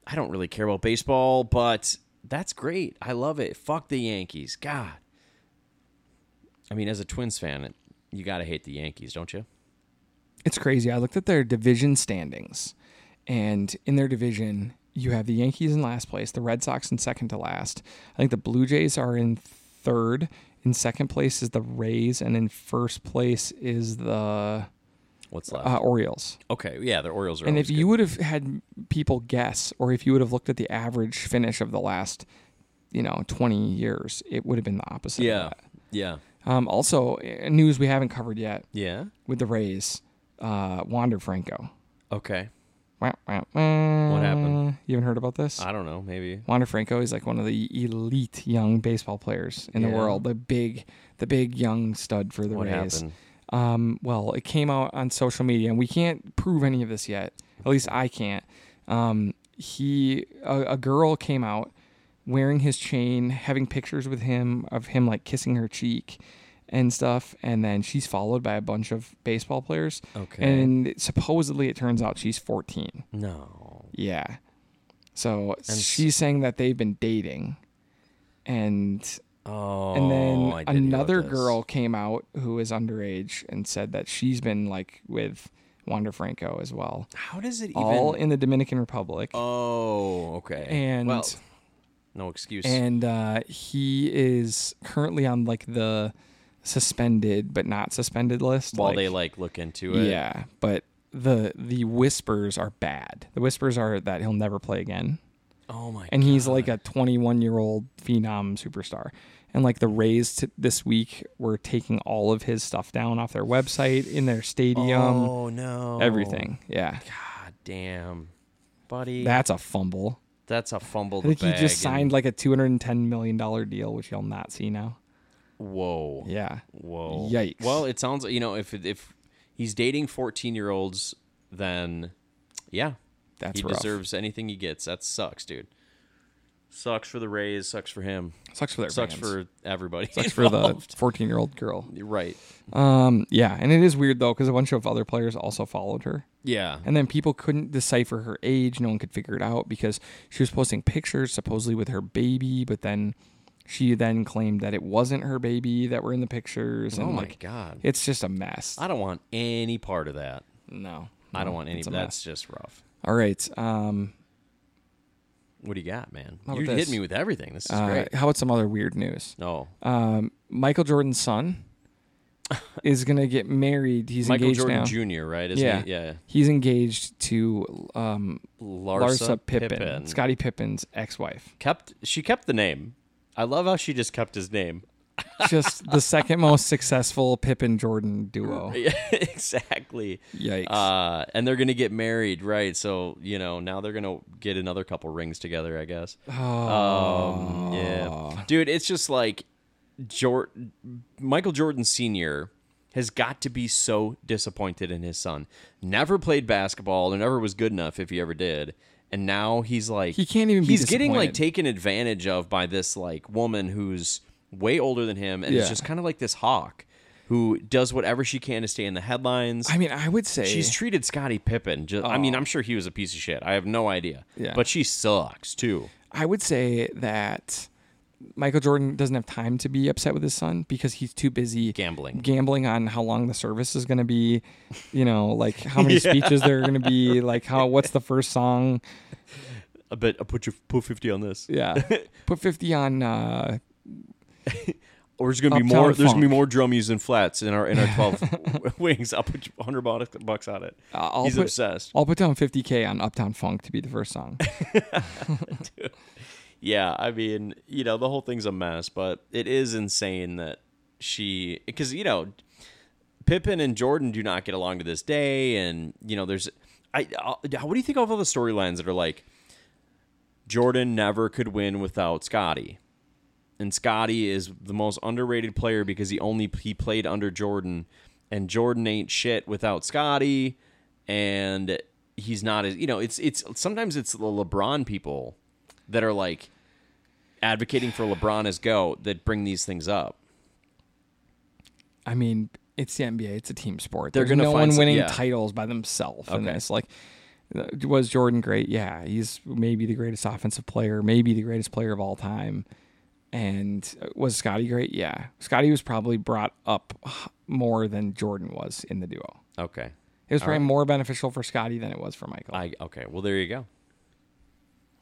S2: I don't really care about baseball, but that's great. I love it. Fuck the Yankees, God. I mean, as a Twins fan, it, you gotta hate the Yankees, don't you?
S1: It's crazy. I looked at their division standings, and in their division, you have the Yankees in last place, the Red Sox in second to last. I think the Blue Jays are in third. In second place is the Rays, and in first place is the
S2: What's left?
S1: uh, Orioles.
S2: okay, yeah, the Orioles are.
S1: And
S2: always
S1: if you would have had people guess, or if you would have looked at the average finish of the last, you know, twenty years, it would have been the opposite.
S2: good.
S1: of
S2: yeah,
S1: that.
S2: yeah,
S1: Um, also, uh, news we haven't covered yet
S2: yeah.
S1: with the Rays, uh, Wander Franco.
S2: Okay,
S1: What happened?
S2: happened?
S1: You haven't heard about this?
S2: I don't know, maybe.
S1: Wander Franco is like one of the elite young baseball players in the
S2: Yeah.
S1: world. The big, the big young stud for the
S2: What
S1: Rays.
S2: happened?
S1: Um, well, it came out on social media, and we can't prove any of this yet. At least I can't. Um, he, a, a girl came out wearing his chain, having pictures with him of him like kissing her cheek, and stuff. And then she's followed by a bunch of baseball players.
S2: Okay.
S1: And supposedly it turns out she's 14.
S2: No.
S1: Yeah. So she's saying that they've been dating. And
S2: Oh.
S1: and then
S2: I didn't know
S1: another
S2: this.
S1: girl came out who is underage and said that she's been like with Wander Franco as well.
S2: How does it even?
S1: All in the Dominican Republic.
S2: oh, okay.
S1: and
S2: well, no excuse.
S1: and uh, he is currently on like the suspended but not suspended list.
S2: While
S1: like,
S2: they like look into it.
S1: yeah, but the the whispers are bad. The whispers are that he'll never play again,
S2: Oh my.
S1: and he's like a 21 year old phenom superstar. And like the Rays t- this week were taking all of his stuff down off their website, in their stadium,
S2: oh no.
S1: um, everything. Yeah,
S2: God damn, buddy.
S1: that's a fumble.
S2: that's a fumble.
S1: I think he just signed like a 210 million dollar deal, which you'll not see now.
S2: whoa.
S1: Yeah.
S2: Whoa.
S1: Yikes.
S2: Well, it sounds you know if if he's dating fourteen year olds, then yeah,
S1: That's
S2: he
S1: rough.
S2: deserves anything he gets. That sucks, dude. Sucks for the Rays. Sucks for him.
S1: Sucks for their
S2: Sucks
S1: fans.
S2: for everybody. [LAUGHS]
S1: sucks for the 14 year old girl.
S2: the right.
S1: Um, yeah, and it is weird though because a bunch of other players also followed her,
S2: Yeah.
S1: and then people couldn't decipher her age. No one could figure it out because she was posting pictures supposedly with her baby, but then she then claimed that it wasn't her baby that were in the pictures. And
S2: oh my
S1: like,
S2: god.
S1: it's just a mess.
S2: I don't want any part of that.
S1: no,
S2: I
S1: no,
S2: don't want any.
S1: it's a mess.
S2: That's just rough.
S1: All right. Um,
S2: What do you got, man?
S1: How about
S2: You hit
S1: this?
S2: me with everything. This is
S1: uh,
S2: great. Oh,
S1: how about some other weird news?
S2: No,
S1: Um, Michael Jordan's
S2: [LAUGHS]
S1: son is gonna get married. He's
S2: Michael
S1: engaged
S2: Jordan
S1: now.
S2: Jr. Right? Isn't
S1: Yeah.
S2: He? Yeah.
S1: He's engaged to um,
S2: Larsa,
S1: Larsa Pippen, Scottie Pippen's ex-wife.
S2: kept she kept the name. I love how she just kept his name. [LAUGHS]
S1: Just the second most successful Pippen Jordan duo.
S2: [LAUGHS] exactly.
S1: Yikes.
S2: Uh, and they're gonna get married, right? So you know now they're gonna get another couple rings together, I guess. Um, yeah, dude, it's just like Jor- Michael Jordan Senior has got to be so disappointed in his son. Never played basketball, or never was good enough if he ever did. And now he's like
S1: He can't even be
S2: He's getting like
S1: disappointed.
S2: taken advantage of by this like woman who's way older than him, and is
S1: Yeah.
S2: just kind of like this hawk who does whatever she can to stay in the headlines.
S1: I mean, I would say
S2: She's treated Scottie Pippen. Just, I mean, I'm sure he was a piece of shit. I have no idea.
S1: Yeah.
S2: But she sucks too.
S1: I would say that Michael Jordan doesn't have time to be upset with his son because he's too busy
S2: Gambling.
S1: gambling on how long the service is going to be, you know, like how
S2: [LAUGHS]
S1: many speeches there are going to be, like how what's the first song?
S2: I bet I put you put fifty on this. [LAUGHS]
S1: Yeah. Put 50 on uh
S2: Or there's gonna be
S1: Uptown
S2: more. There's gonna be
S1: Funk.
S2: more drummies and flats in our in our twelve [LAUGHS] w- wings. I'll put hundred bucks on it.
S1: I'll
S2: He's
S1: put-
S2: obsessed.
S1: I'll put down 50k on Uptown Funk to be the first song.
S2: Yeah, I mean, you know, the whole thing's a mess. But it is insane that she, because you know, Pippen and Jordan do not get along to this day, and you know, there's, I, I what do you think of all the storylines that are like, Jordan never could win without Scotty, and Scotty is the most underrated player because he only he played under Jordan, and Jordan ain't shit without Scotty, and he's not as you know, it's it's sometimes it's the LeBron people that are like advocating for LeBron as go that bring these things up.
S1: I mean, it's the NBA. It's a team sport.
S2: They're
S1: There's
S2: gonna
S1: no
S2: find
S1: one
S2: some-
S1: winning
S2: yeah.
S1: titles by themselves in
S2: Okay.
S1: this. Like, uh, was Jordan great? Yeah, he's maybe the greatest offensive player, maybe the greatest player of all time. And uh, was Scotty great? Yeah, Scotty was probably brought up h- more than Jordan was in the duo.
S2: Okay.
S1: It was probably more beneficial for Scotty than it was for Michael.
S2: I okay. Well, there you go.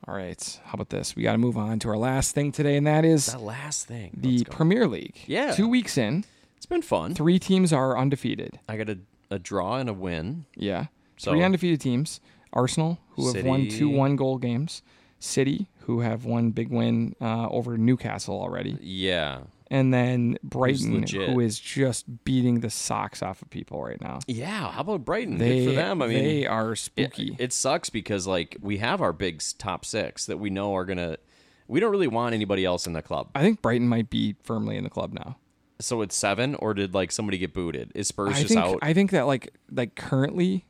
S1: all right, how about this? We got to move on to our last thing today, and that is
S2: That last thing.
S1: the
S2: Let's go.
S1: Premier League.
S2: Yeah.
S1: two weeks in,
S2: it's been fun.
S1: three teams are undefeated.
S2: I got a, a draw and a win.
S1: Yeah.
S2: So-
S1: Three undefeated teams. Arsenal, who have won
S2: City.
S1: two one goal games. City, who have one big win uh, over Newcastle already.
S2: Yeah.
S1: And then Brighton,
S2: legit.
S1: who is just beating the socks off of people right now.
S2: Yeah. How about Brighton?
S1: They,
S2: Good for them. I mean,
S1: they are
S2: it,
S1: spooky.
S2: it sucks because like we have our big s- top six that we know are gonna. We don't really want anybody else in the club.
S1: I think Brighton might be firmly in the club now.
S2: So it's seven, or did like somebody get booted? Is Spurs
S1: I
S2: just
S1: think
S2: out?
S1: I think that like like currently,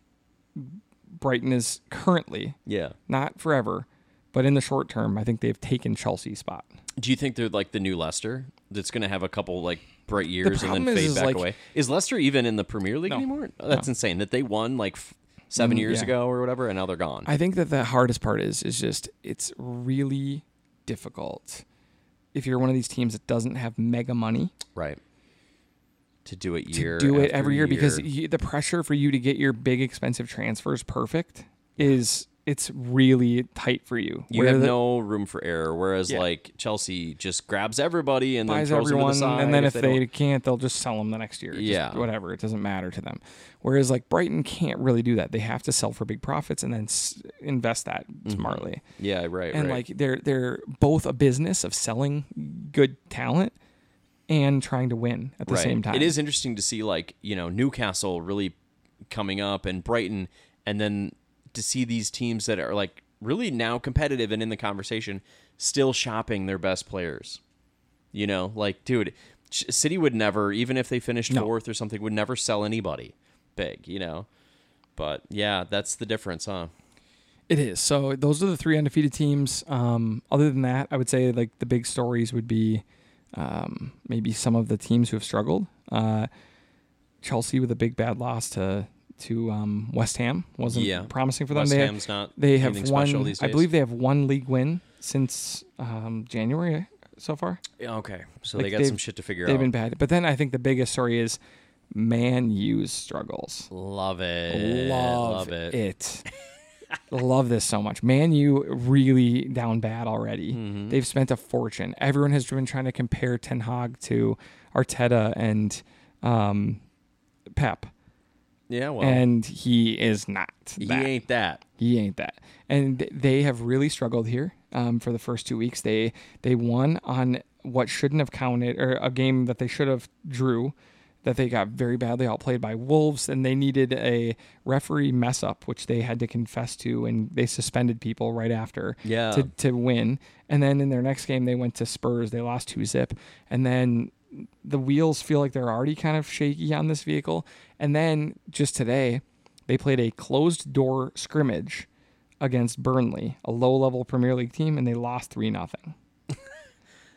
S1: Brighton is currently
S2: yeah.
S1: not forever, but in the short term, I think they've taken Chelsea's spot.
S2: Do you think they're like the new Leicester that's gonna have a couple like bright years and then
S1: problem
S2: fade
S1: is- is,
S2: back
S1: like-
S2: away. Is Leicester even in the Premier League anymore? That's insane that they won like f- seven years
S1: Mm, yeah.
S2: ago or whatever, and now they're gone.
S1: I think that the hardest part is is just it's really difficult if you're one of these teams that doesn't have mega money
S2: right. To do it year
S1: do it
S2: after
S1: every year, because you, the pressure for you to get your big expensive transfers perfect is it's really tight for you.
S2: you
S1: Where
S2: have
S1: the-
S2: no room for error. Whereas
S1: Yeah.
S2: like Chelsea just grabs everybody and then
S1: buys
S2: throws
S1: everyone,
S2: them to the side.
S1: and then if,
S2: don't-
S1: they, can't, they'll just sell them the next year. Just
S2: Yeah.
S1: whatever. It doesn't matter to them. Whereas like Brighton can't really do that. They have to sell for big profits and then s- invest that
S2: Mm-hmm.
S1: smartly.
S2: yeah, right,
S1: and
S2: right.
S1: like they're they're both a business of selling good talent and trying to win at the
S2: Right.
S1: same time.
S2: It is interesting to see like, you know, Newcastle really coming up and Brighton and then to see these teams that are like really now competitive and in the conversation still shopping their best players. You know, like dude, Ch- City would never even if they finished
S1: No.
S2: fourth or something would never sell anybody big, you know. But yeah, that's the difference, huh?
S1: It is. So those are the three undefeated teams. Um, other than that, I would say like the big stories would be um, maybe some of the teams who have struggled. Uh, Chelsea with a big bad loss to to um, West Ham wasn't
S2: Yeah.
S1: promising for them.
S2: West
S1: they
S2: Ham's not
S1: they
S2: anything
S1: have
S2: special
S1: one.
S2: these
S1: I
S2: days.
S1: believe they have one league win since um, January so far.
S2: Yeah, okay. So they
S1: Like,
S2: got
S1: they've-
S2: some shit to figure
S1: They've
S2: out.
S1: been bad. But then I think the biggest story is Man U's struggles.
S2: love it.
S1: love,
S2: love it.
S1: it. love this so much. Man U really down bad already.
S2: Mm-hmm.
S1: They've spent a fortune. Everyone has been trying to compare Ten Hag to Arteta and um, Pep,
S2: Yeah, well.
S1: and he is not.
S2: he
S1: that.
S2: ain't that.
S1: He ain't that. And th- they have really struggled here um, for the first two weeks. They they won on what shouldn't have counted, or a game that they should have drew, that they got very badly outplayed by Wolves, and they needed a referee mess up, which they had to confess to, and they suspended people right after
S2: Yeah.
S1: to, to win. And then in their next game, they went to Spurs. They lost two zip, and then the wheels feel like they're already kind of shaky on this vehicle. And then just today, they played a closed door scrimmage against Burnley, a low level Premier League team, and they lost three nothing.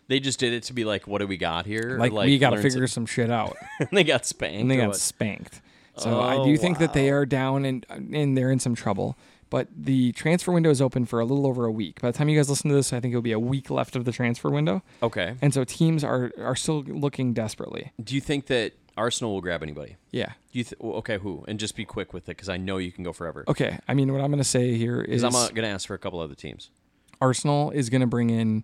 S2: They just did it to be like, what do we got here?
S1: Like, we got to
S2: learn
S1: figure some shit [LAUGHS] out.
S2: some- [LAUGHS] they got spanked.
S1: and they
S2: or
S1: got
S2: what?
S1: spanked. So I do think that they are down and and they're in some trouble. But the transfer window is open for a little over a week. By the time you guys listen to this, I think it'll be a week left of the transfer window.
S2: okay.
S1: And so teams are are still looking desperately.
S2: Do you think that Arsenal will grab anybody?
S1: Yeah.
S2: Do you th- well, okay? Who? And just be quick with it because I know you can go forever.
S1: Okay. I mean, what I'm going to say here is
S2: Because I'm uh, gonna ask for a couple other teams.
S1: Arsenal is going to bring in,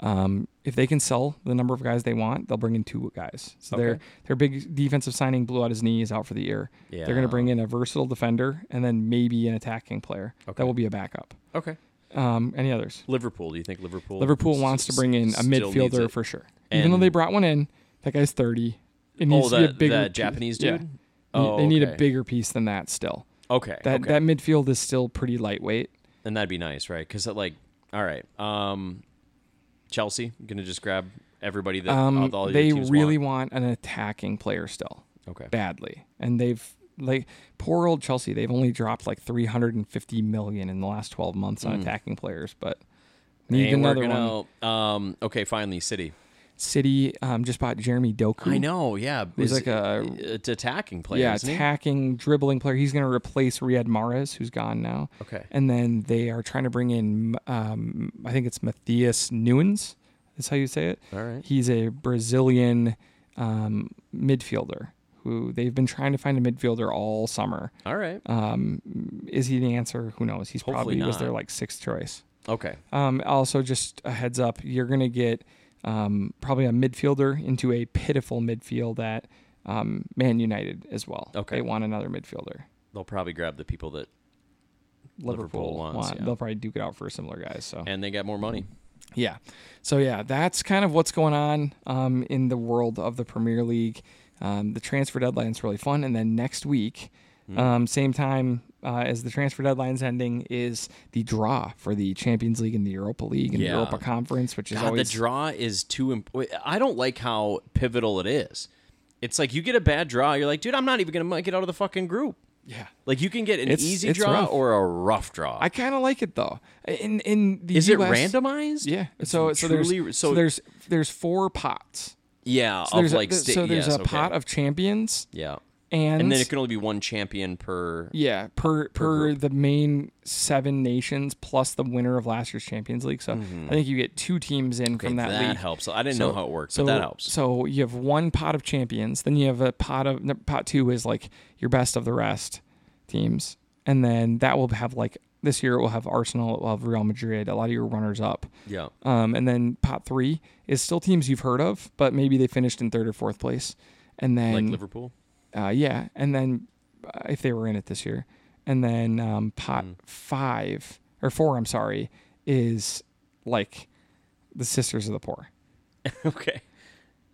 S1: um, if they can sell the number of guys they want, they'll bring in two guys. So their
S2: Okay.
S1: their big defensive signing blew out his knee, is out for the year. They're going
S2: Yeah.
S1: to bring in a versatile defender and then maybe an attacking player that will be a backup.
S2: Okay.
S1: Um, any others?
S2: Liverpool. Do you think Liverpool?
S1: Liverpool
S2: s-
S1: wants to
S2: s-
S1: bring in a
S2: still needs
S1: midfielder
S2: it?
S1: for sure. Even though
S2: And-
S1: they brought one in, that guy's 30. It
S2: oh,
S1: needs to be a
S2: that,
S1: bigger
S2: that
S1: piece.
S2: Japanese
S1: Yeah.
S2: dude.
S1: Ne-
S2: Oh,
S1: they need a
S2: okay.
S1: bigger piece than that still.
S2: Okay.
S1: That
S2: okay.
S1: that midfield is still pretty lightweight.
S2: and that'd be nice, right? Because like, all right, um, Chelsea gonna just grab everybody that all
S1: Um,
S2: the- all your
S1: they
S2: teams
S1: really
S2: want.
S1: want an attacking player still
S2: Okay.
S1: badly, and they've like poor old Chelsea. They've only dropped like 350 million in the last 12 months on attacking players, but need
S2: Hmm. Ain't
S1: another
S2: working
S1: one.
S2: out. Um. Okay. Finally, City.
S1: City um, just bought Jeremy Doku.
S2: I know, yeah.
S1: Who's
S2: Is-
S1: like a-
S2: it's attacking player,
S1: Yeah,
S2: isn't he?
S1: attacking, dribbling player. He's going to replace Riyad Mahrez, who's gone now.
S2: Okay.
S1: And then they are trying to bring in, um, I think it's Matthias Nunes. That's how you say it.
S2: All right.
S1: He's a Brazilian um, midfielder who they've been trying to find a midfielder all summer.
S2: All right.
S1: Um, Is he the answer? Who knows? He's
S2: Hopefully
S1: probably was
S2: not.
S1: their like sixth choice.
S2: okay.
S1: Um, also, just a heads up, you're going to get um, probably a midfielder into a pitiful midfield at um, Man United as well.
S2: Okay.
S1: They want another midfielder.
S2: They'll probably grab the people that,
S1: Liverpool,
S2: Liverpool
S1: want.
S2: wants, yeah.
S1: They'll probably duke it out for similar guys. So
S2: and they got more money.
S1: yeah, so yeah, that's kind of what's going on um, in the world of the Premier League. Um, the transfer deadline's really fun, and then next week,
S2: Hmm.
S1: um, same time uh, as the transfer deadline's ending, is the draw for the Champions League and the Europa League and
S2: Yeah.
S1: the Europa Conference, which is
S2: God,
S1: always
S2: the draw is too. Imp- I don't like how pivotal it is. It's like you get a bad draw, you're like, dude, I'm not even gonna make it out of the fucking group.
S1: yeah.
S2: Like you can get an
S1: It's-
S2: easy
S1: it's
S2: draw
S1: rough.
S2: or a rough draw.
S1: I kind of like it though. In in the
S2: is it
S1: US
S2: randomized?
S1: Yeah. So so there's
S2: truly-
S1: so,
S2: so-
S1: there's there's four pots.
S2: Yeah,
S1: So
S2: of
S1: there's,
S2: like
S1: a,
S2: sta-
S1: so there's
S2: yes,
S1: a
S2: okay.
S1: pot of champions
S2: yeah,
S1: and,
S2: and then it can only be one champion per.
S1: yeah per per, the main seven nations plus the winner of last year's Champions League. So I think you get two teams in
S2: Mm-hmm. Okay,
S1: from that,
S2: that
S1: league.
S2: helps. I didn't know how it works,
S1: so,
S2: but that helps.
S1: So you have one pot of champions, then you have a pot of no, pot two is like your best of the rest teams, and then that will have like this year it will have Arsenal, it will have Real Madrid, a lot of your runners up.
S2: yeah,
S1: Um, and then pot three is still teams you've heard of, but maybe they finished in third or fourth place. And then [LAUGHS]
S2: like Liverpool.
S1: uh, yeah, and then uh, if they were in it this year, and then um, pot
S2: Mm.
S1: five or four, I'm sorry, is like the sisters of the poor.
S2: okay,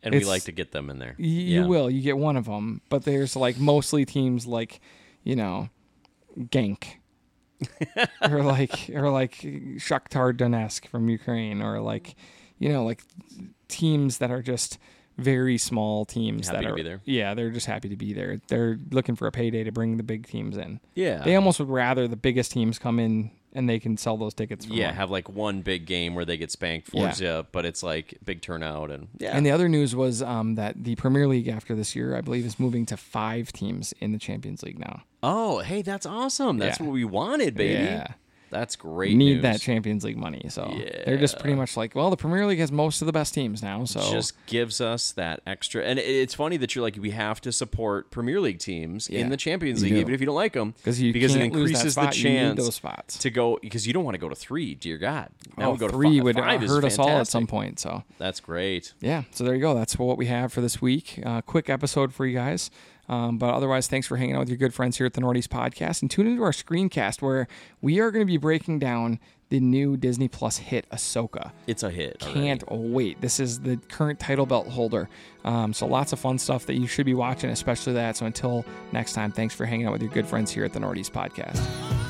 S2: and we
S1: It's-
S2: like to get them in there.
S1: Y- You will, you get one of them, but there's like mostly teams like, you know,
S2: [LAUGHS]
S1: Gank, or like or like Shakhtar Donetsk from Ukraine, or like, you know, like teams that are just very small teams
S2: Happy
S1: that
S2: to
S1: are
S2: be there.
S1: yeah they're just happy to be there they're looking for a payday to bring the big teams in
S2: Yeah,
S1: They almost would rather the biggest teams come in and they can sell those tickets. For
S2: yeah,
S1: more.
S2: have like one big game where they get spanked four
S1: Yeah.
S2: zip, but it's like big turnout and yeah,
S1: And the other news was um, that the Premier League after this year, I believe, is moving to five teams in the Champions League now.
S2: Oh, hey, that's awesome. That's
S1: Yeah.
S2: what we wanted, baby.
S1: Yeah.
S2: That's great.
S1: Need
S2: news.
S1: that Champions League money, so they're just pretty much like, well, the Premier League has most of the best teams now, so
S2: Just gives us that extra. And it- it's funny that you're like, we have to support Premier League teams
S1: Yeah,
S2: in the
S1: you
S2: Champions League,
S1: do.
S2: even if you don't like them,
S1: because you
S2: because it
S1: can't lose that
S2: increases
S1: spot,
S2: the
S1: you need
S2: chance
S1: those spots.
S2: to go because you don't want to go to three. Dear God, now
S1: Oh,
S2: we go to
S1: three
S2: five.
S1: would
S2: five is
S1: hurt us all at some
S2: fantastic.
S1: point. So
S2: That's great.
S1: yeah, so there you go. That's what we have for this week. Uh, quick episode for you guys. Um, but otherwise, thanks for hanging out with your good friends here at the Northeast Podcast and tune into our screencast where we are going to be breaking down the new Disney Plus hit Ahsoka.
S2: It's a hit. already.
S1: Can't wait. This is the current title belt holder. Um, so lots of fun stuff that you should be watching, especially that. So until next time, thanks for hanging out with your good friends here at the Northeast Podcast.
S3: Thank